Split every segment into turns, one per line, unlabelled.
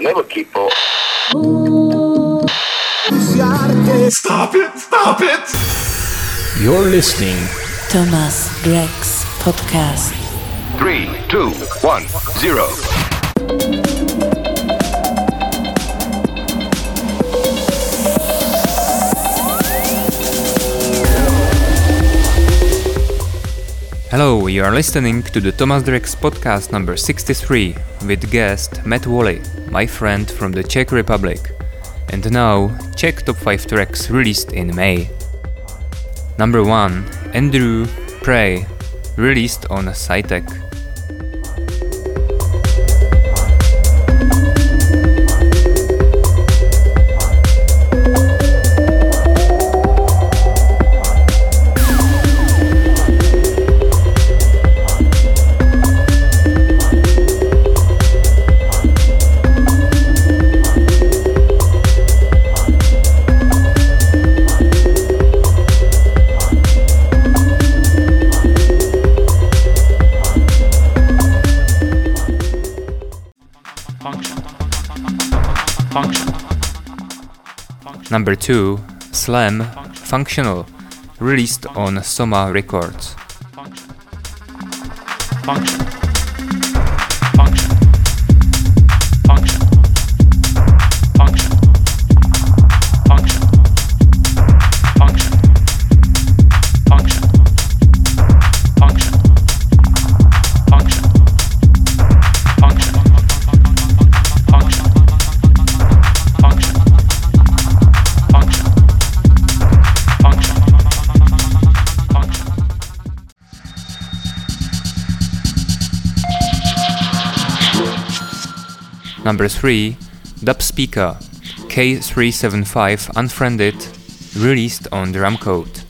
never keep up.
Stop it! Stop it!
You're listening.
Thomas Greg's podcast.
Three, two, one, zero.
Hello, you are listening to the Thomas Drex podcast number 63 with guest Matt Wally, my friend from the Czech Republic. And now, Czech top 5 tracks released in May. Number 1 Andrew Prey, released on Cytec. Number 2 Slam Functional, released on Soma Records.
function function function function function function function function function function function function function function function
Number 3 Dub Speaker, K375 Unfriended, released on Drumcode.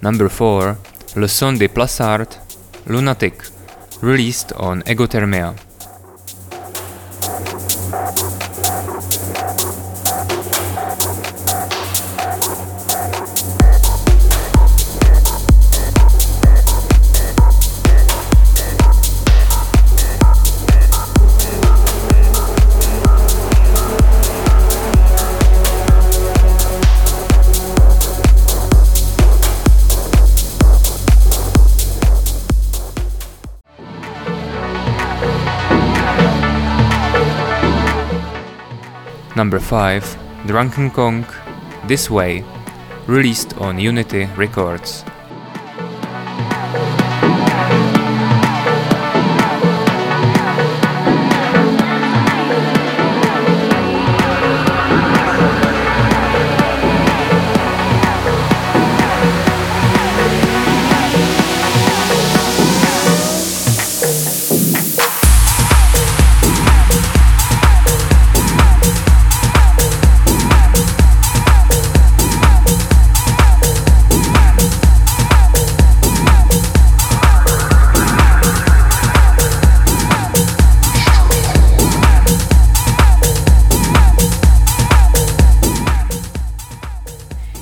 Number 4 Le Son des Plassards, Lunatic, released on Egothermia. Number 5 Drunken Kong, This Way, released on Unity Records.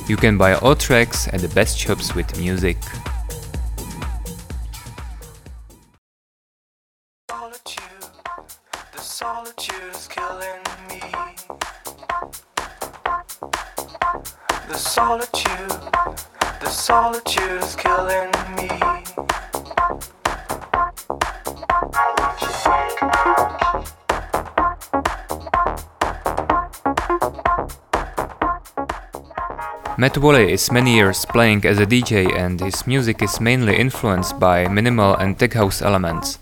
You can buy all tracks at the best shops with music.
Solitude, the solitude's killing me. The solitude, the solitude's killing me.
Matt Woolley is many years playing as a DJ and his music is mainly influenced by minimal and tech house elements.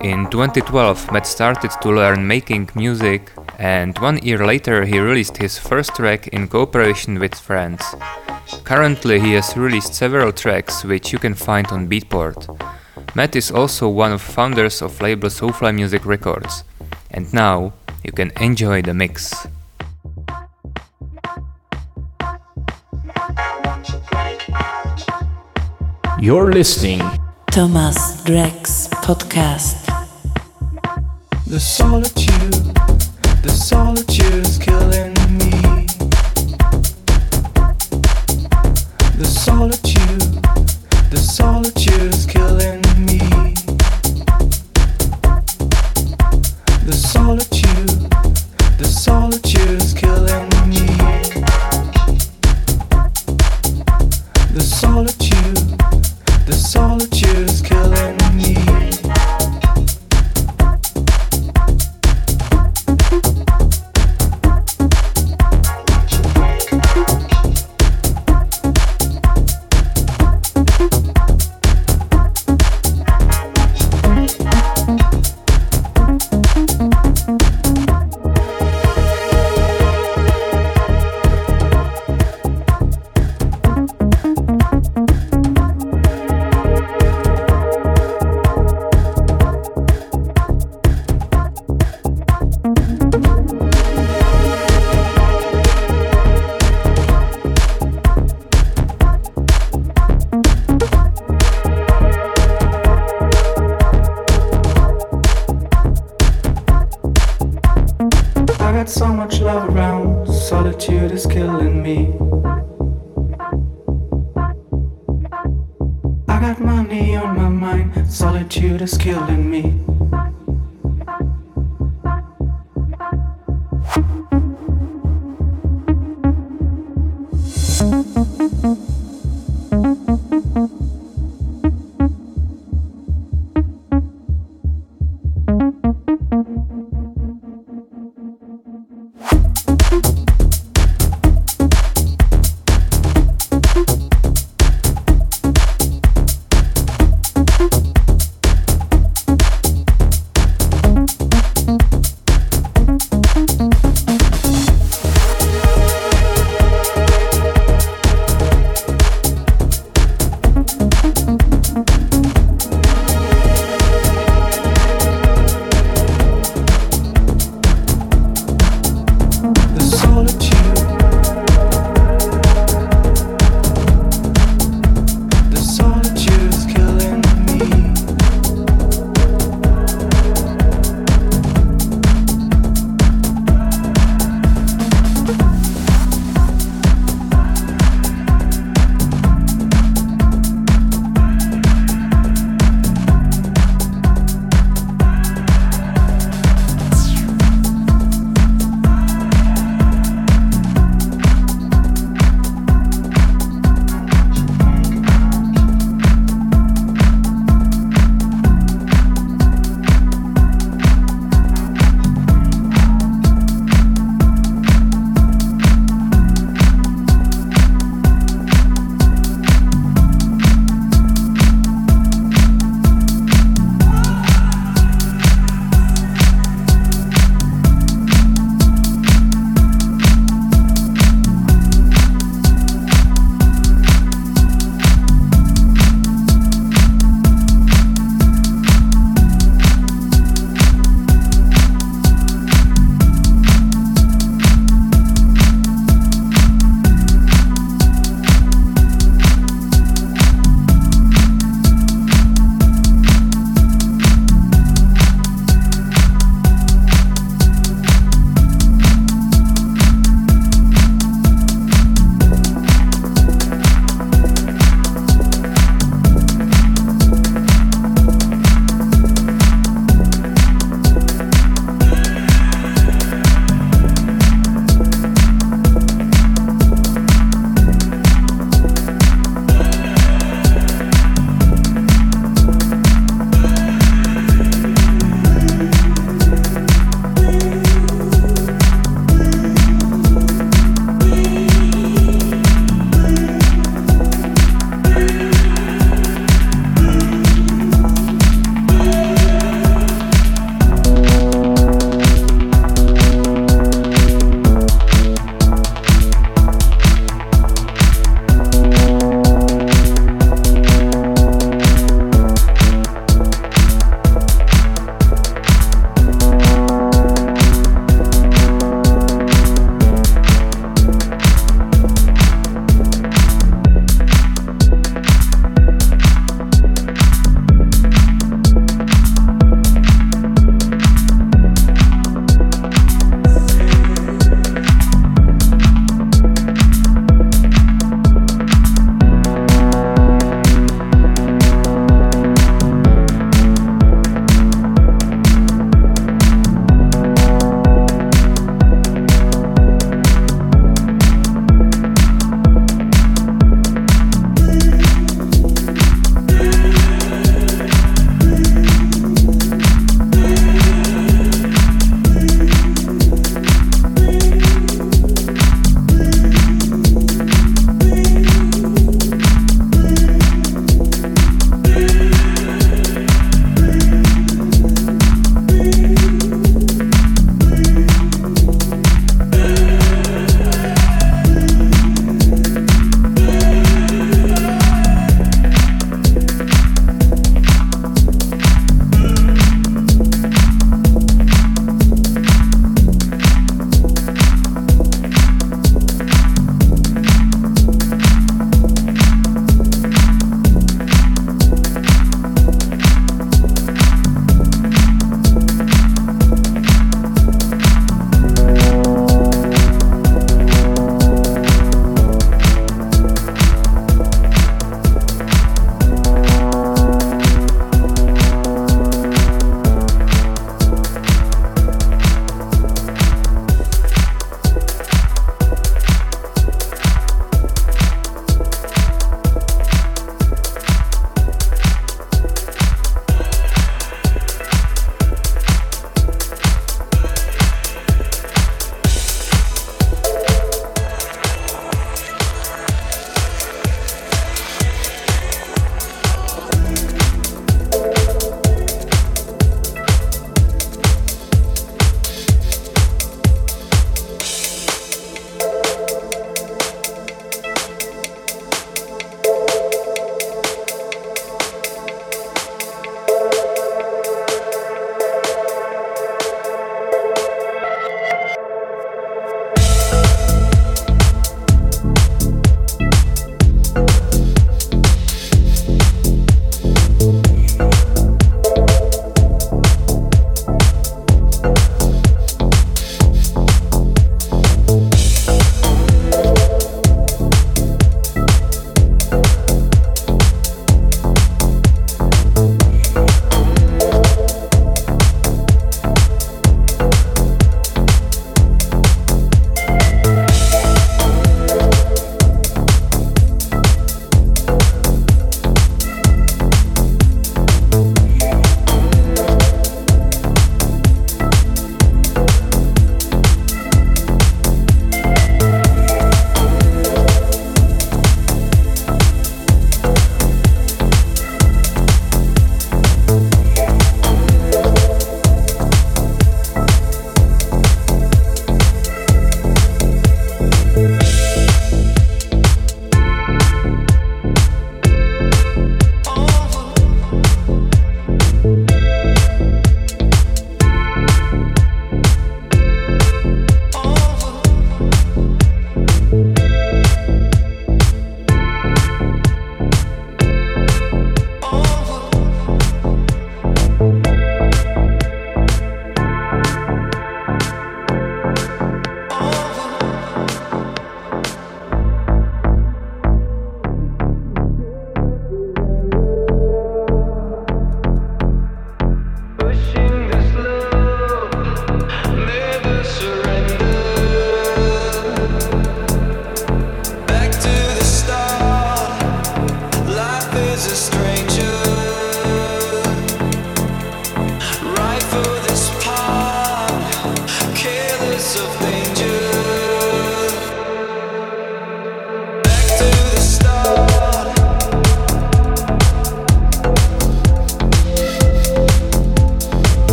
In 2012, Matt started to learn making music, and one year later, he released his first track in cooperation with friends. Currently, he has released several tracks which you can find on Beatport. Matt is also one of founders of label Soulfly Music Records. And now you can enjoy the mix.
You're listening.
Thomas Drex Podcast.
The solitude, the solitude is killing me. The solitude, the solitude is killing me. The solitude, the solitude is killing me. The solitude, the solitude is killing me. I got so much love around, solitude is killing me. I got money on my mind, solitude is killing me.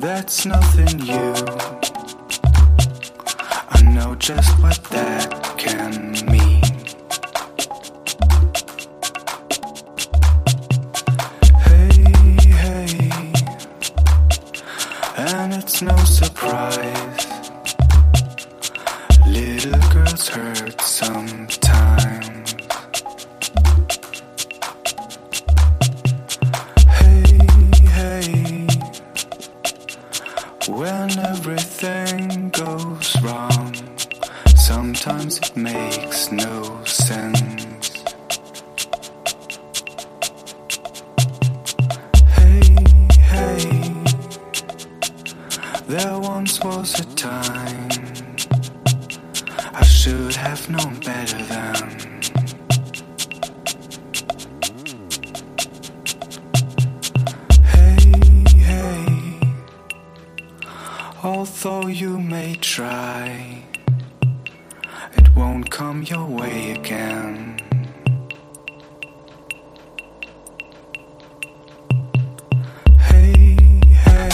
That's nothing new. I know just what that can mean. Hey, hey. And it's no surprise. Little girls hurt sometimes. Hey, hey. When everything goes wrong, sometimes it makes no sense. Hey, hey. There once was a time I should have known better than. Hey, hey. Although you may try, it won't come your way again. Hey, hey.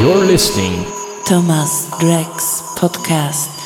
You're listening.
Thomas Drex Podcast.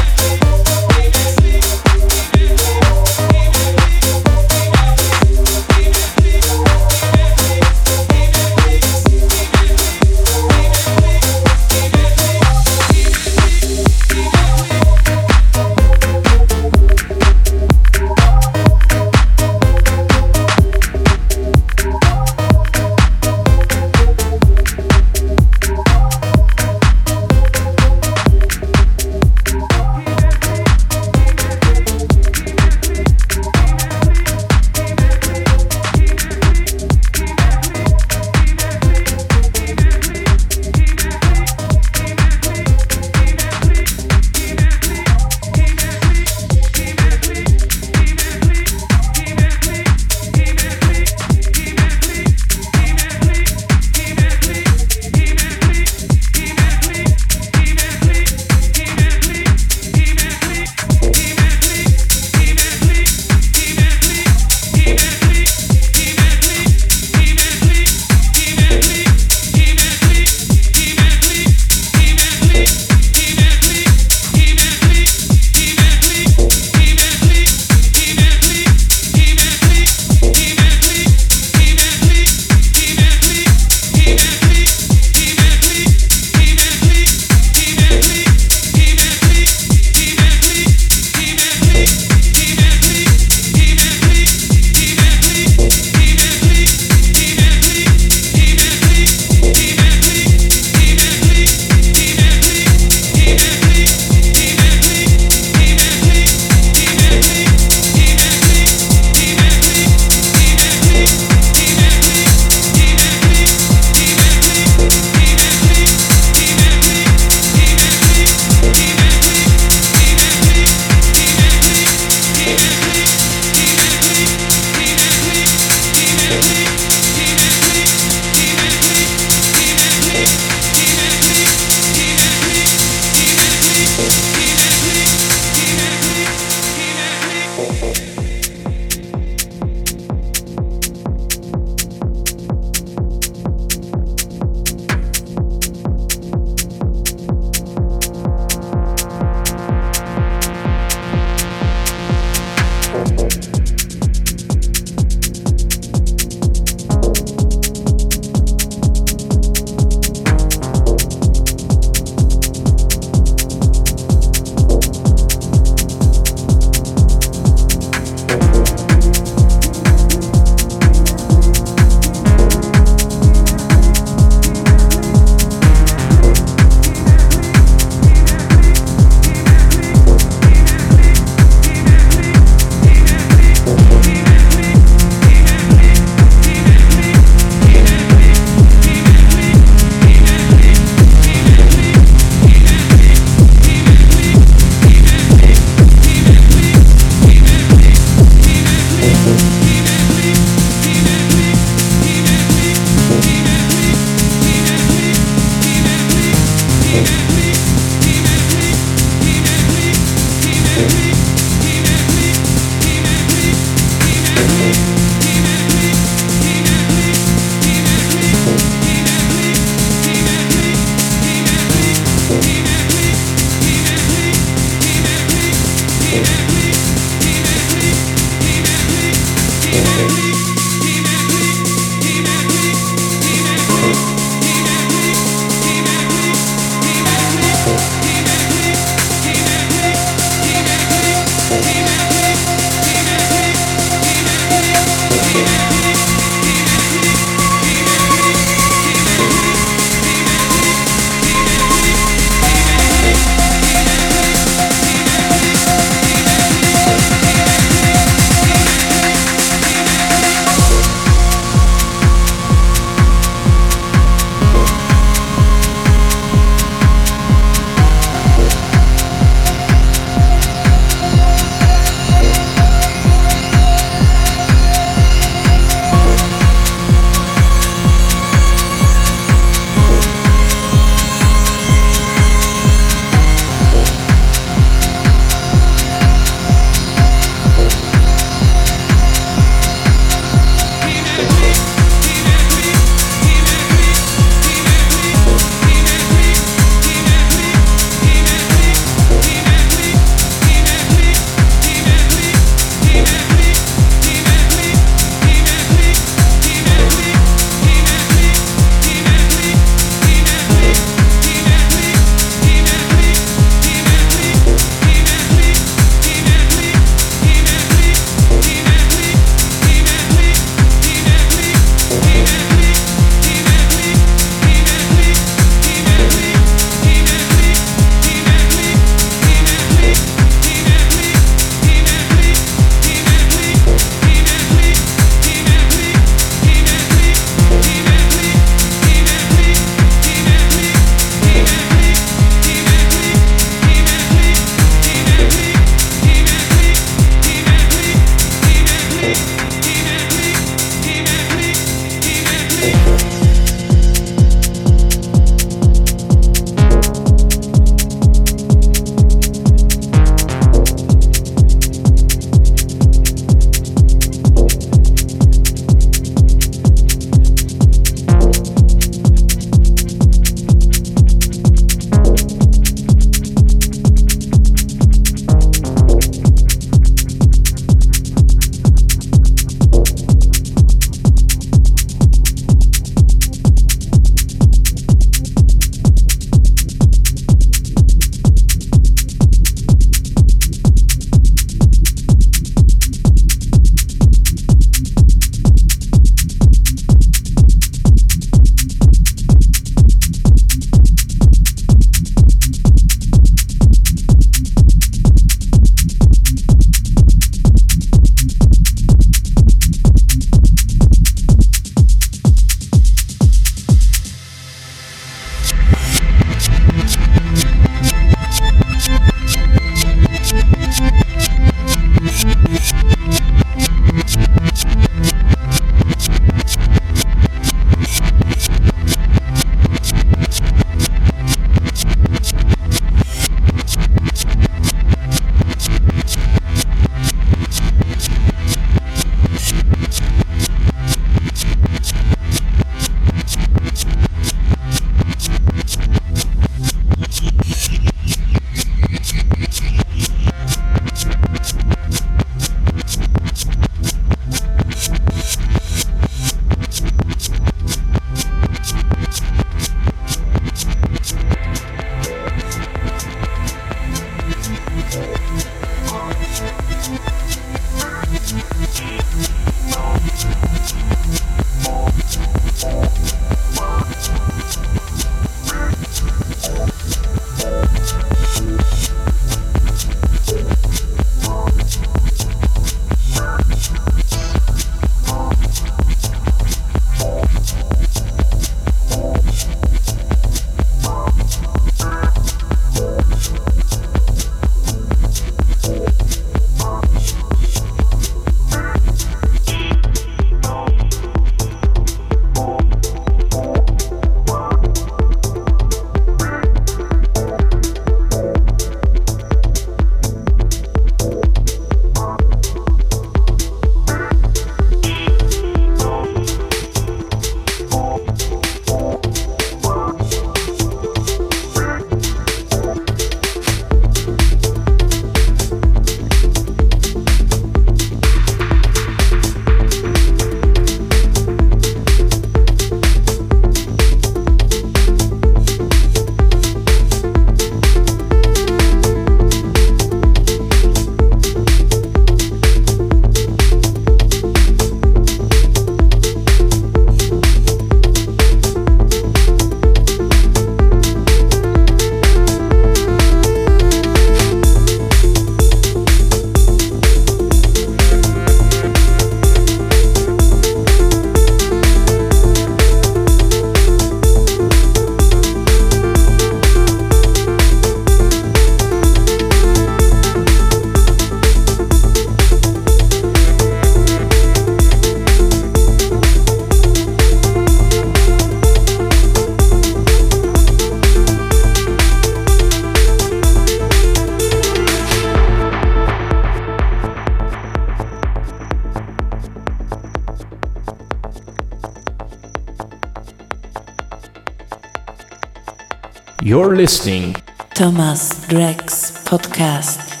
You're listening.
Thomas Drex Podcast.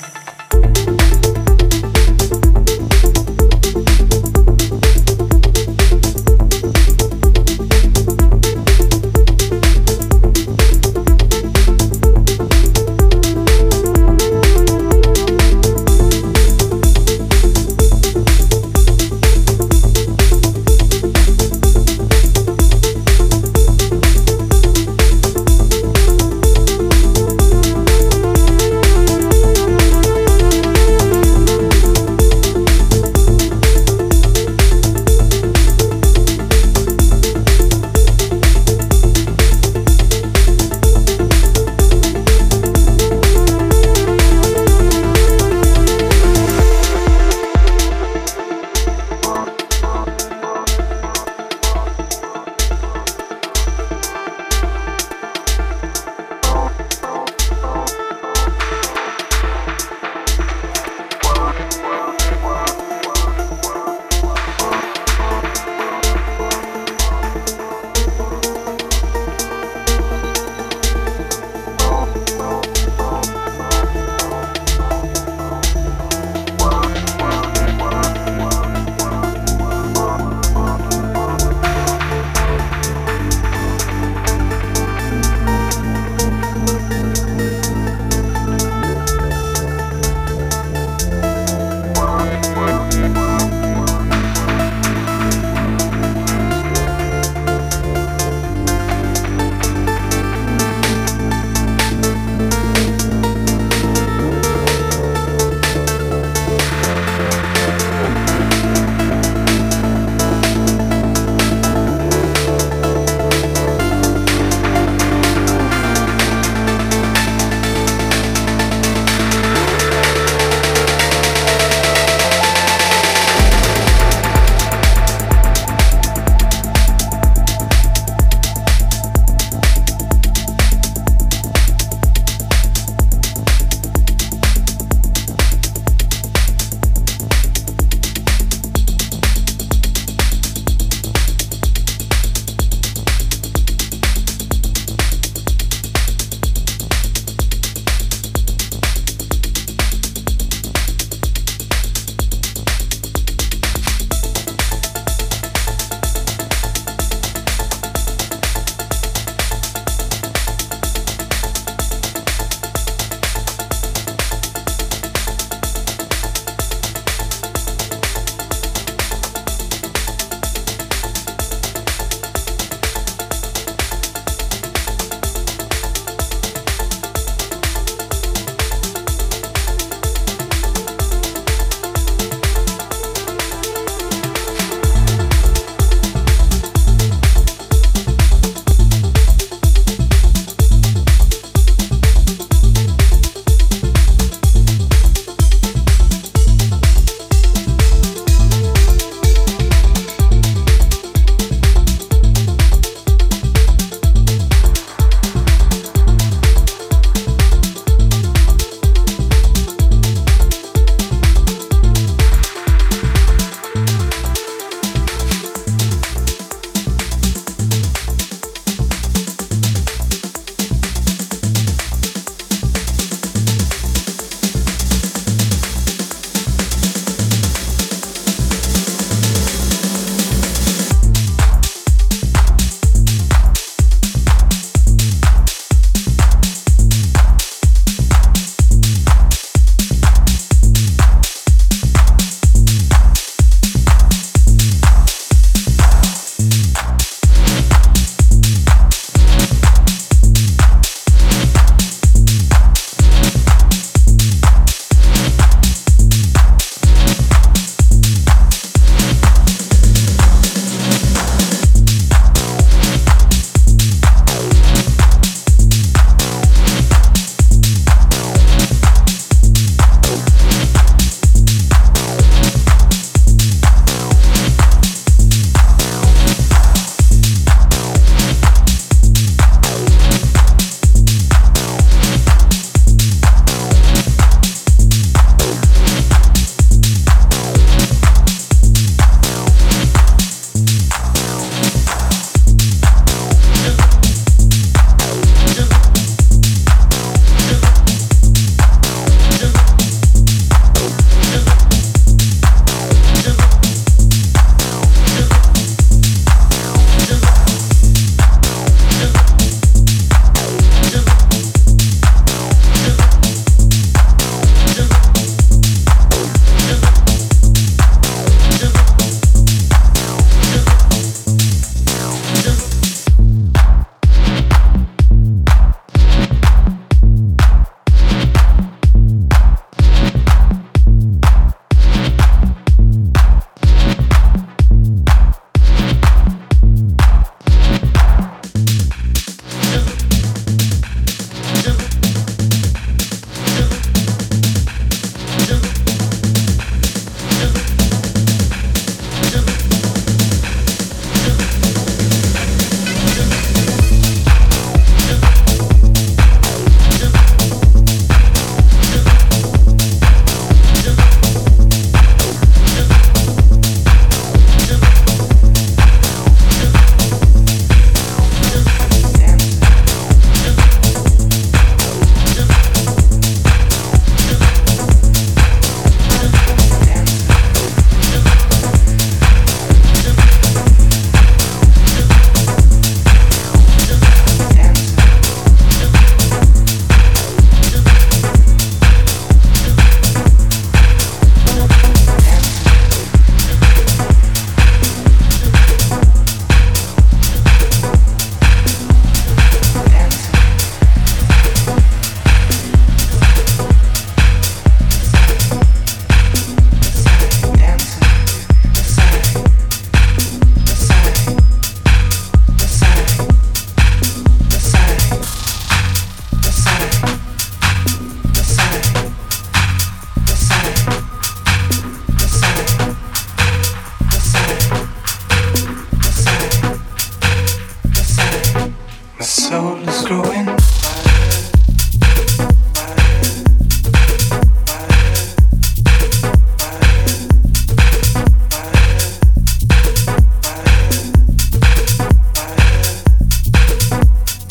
soul is growing.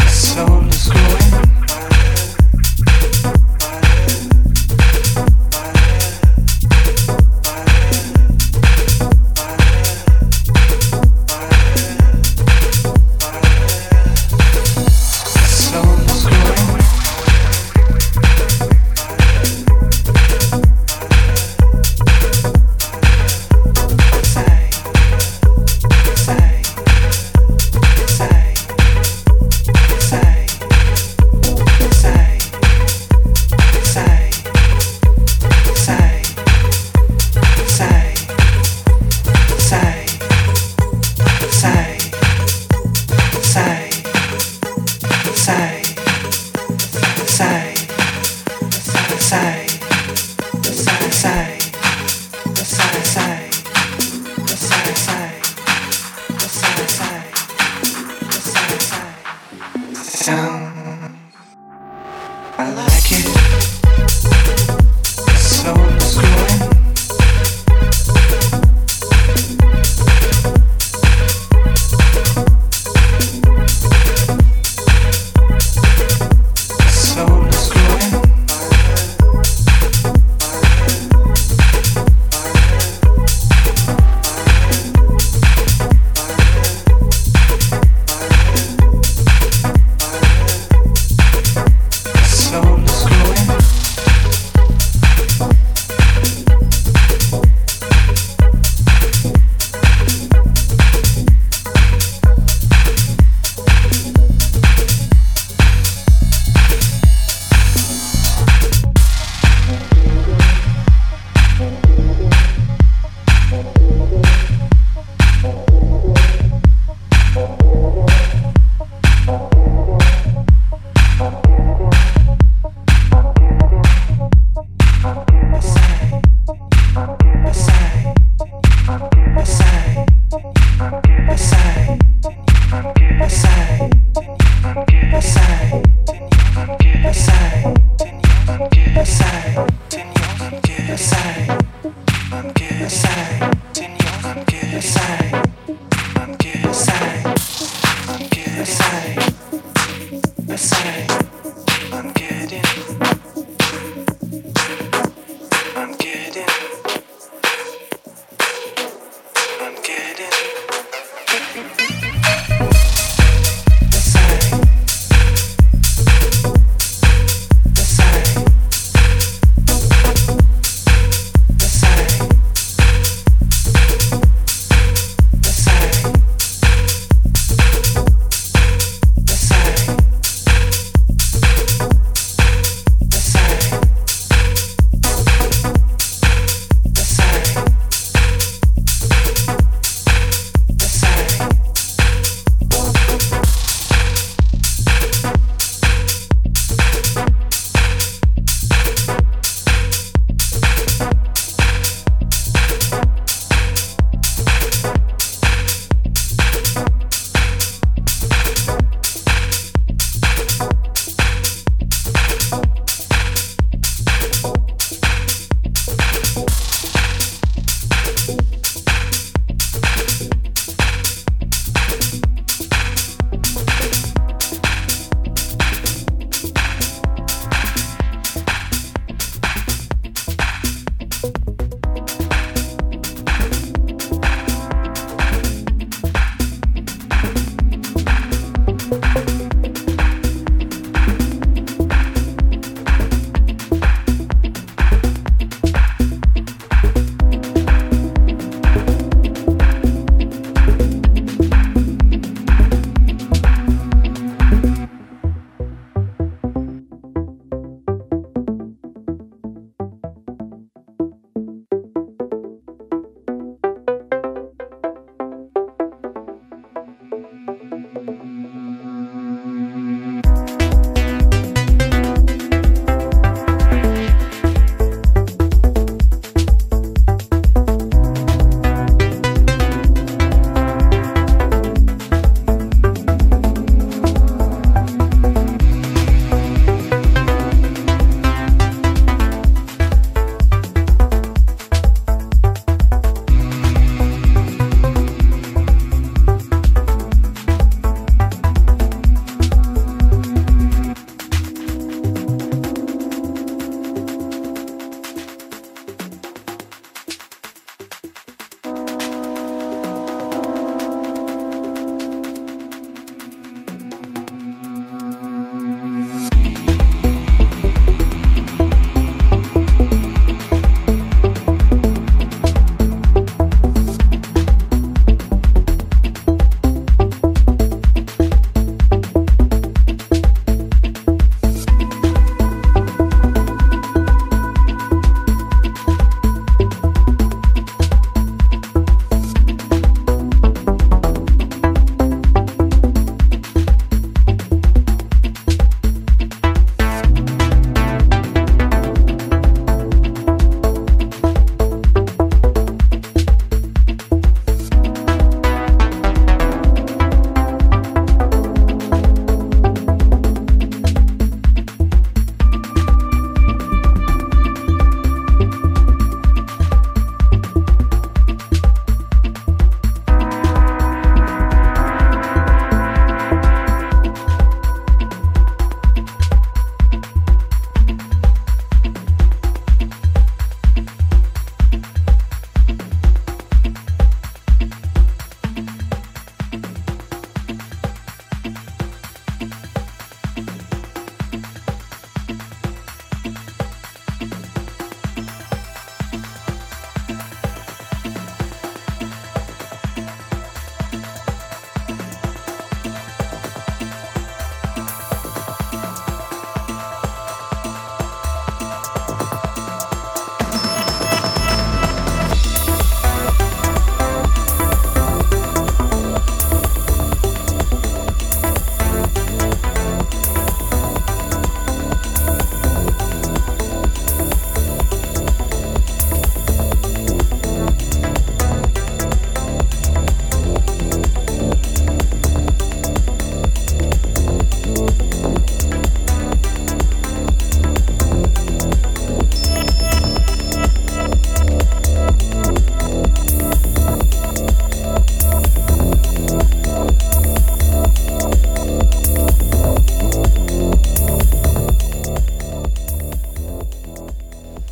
Soul is growing. Soul is growing. Say, say, say, say, say, say, say, say, say, say, say, say, say, say, say, say, say, say. Sound. I like it. So it's growing. So it's growing. Soul is growing. I'm getting, I'm getting, I'm getting. Aside, aside, aside, aside, aside.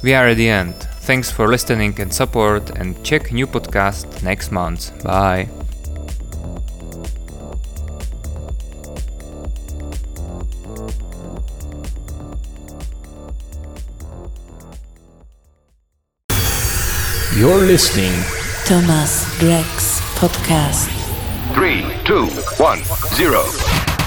We are at the end. Thanks for listening and support, and check new podcast next month. Bye.
You're listening.
Thomas Drex Podcast.
Three, two, one, zero.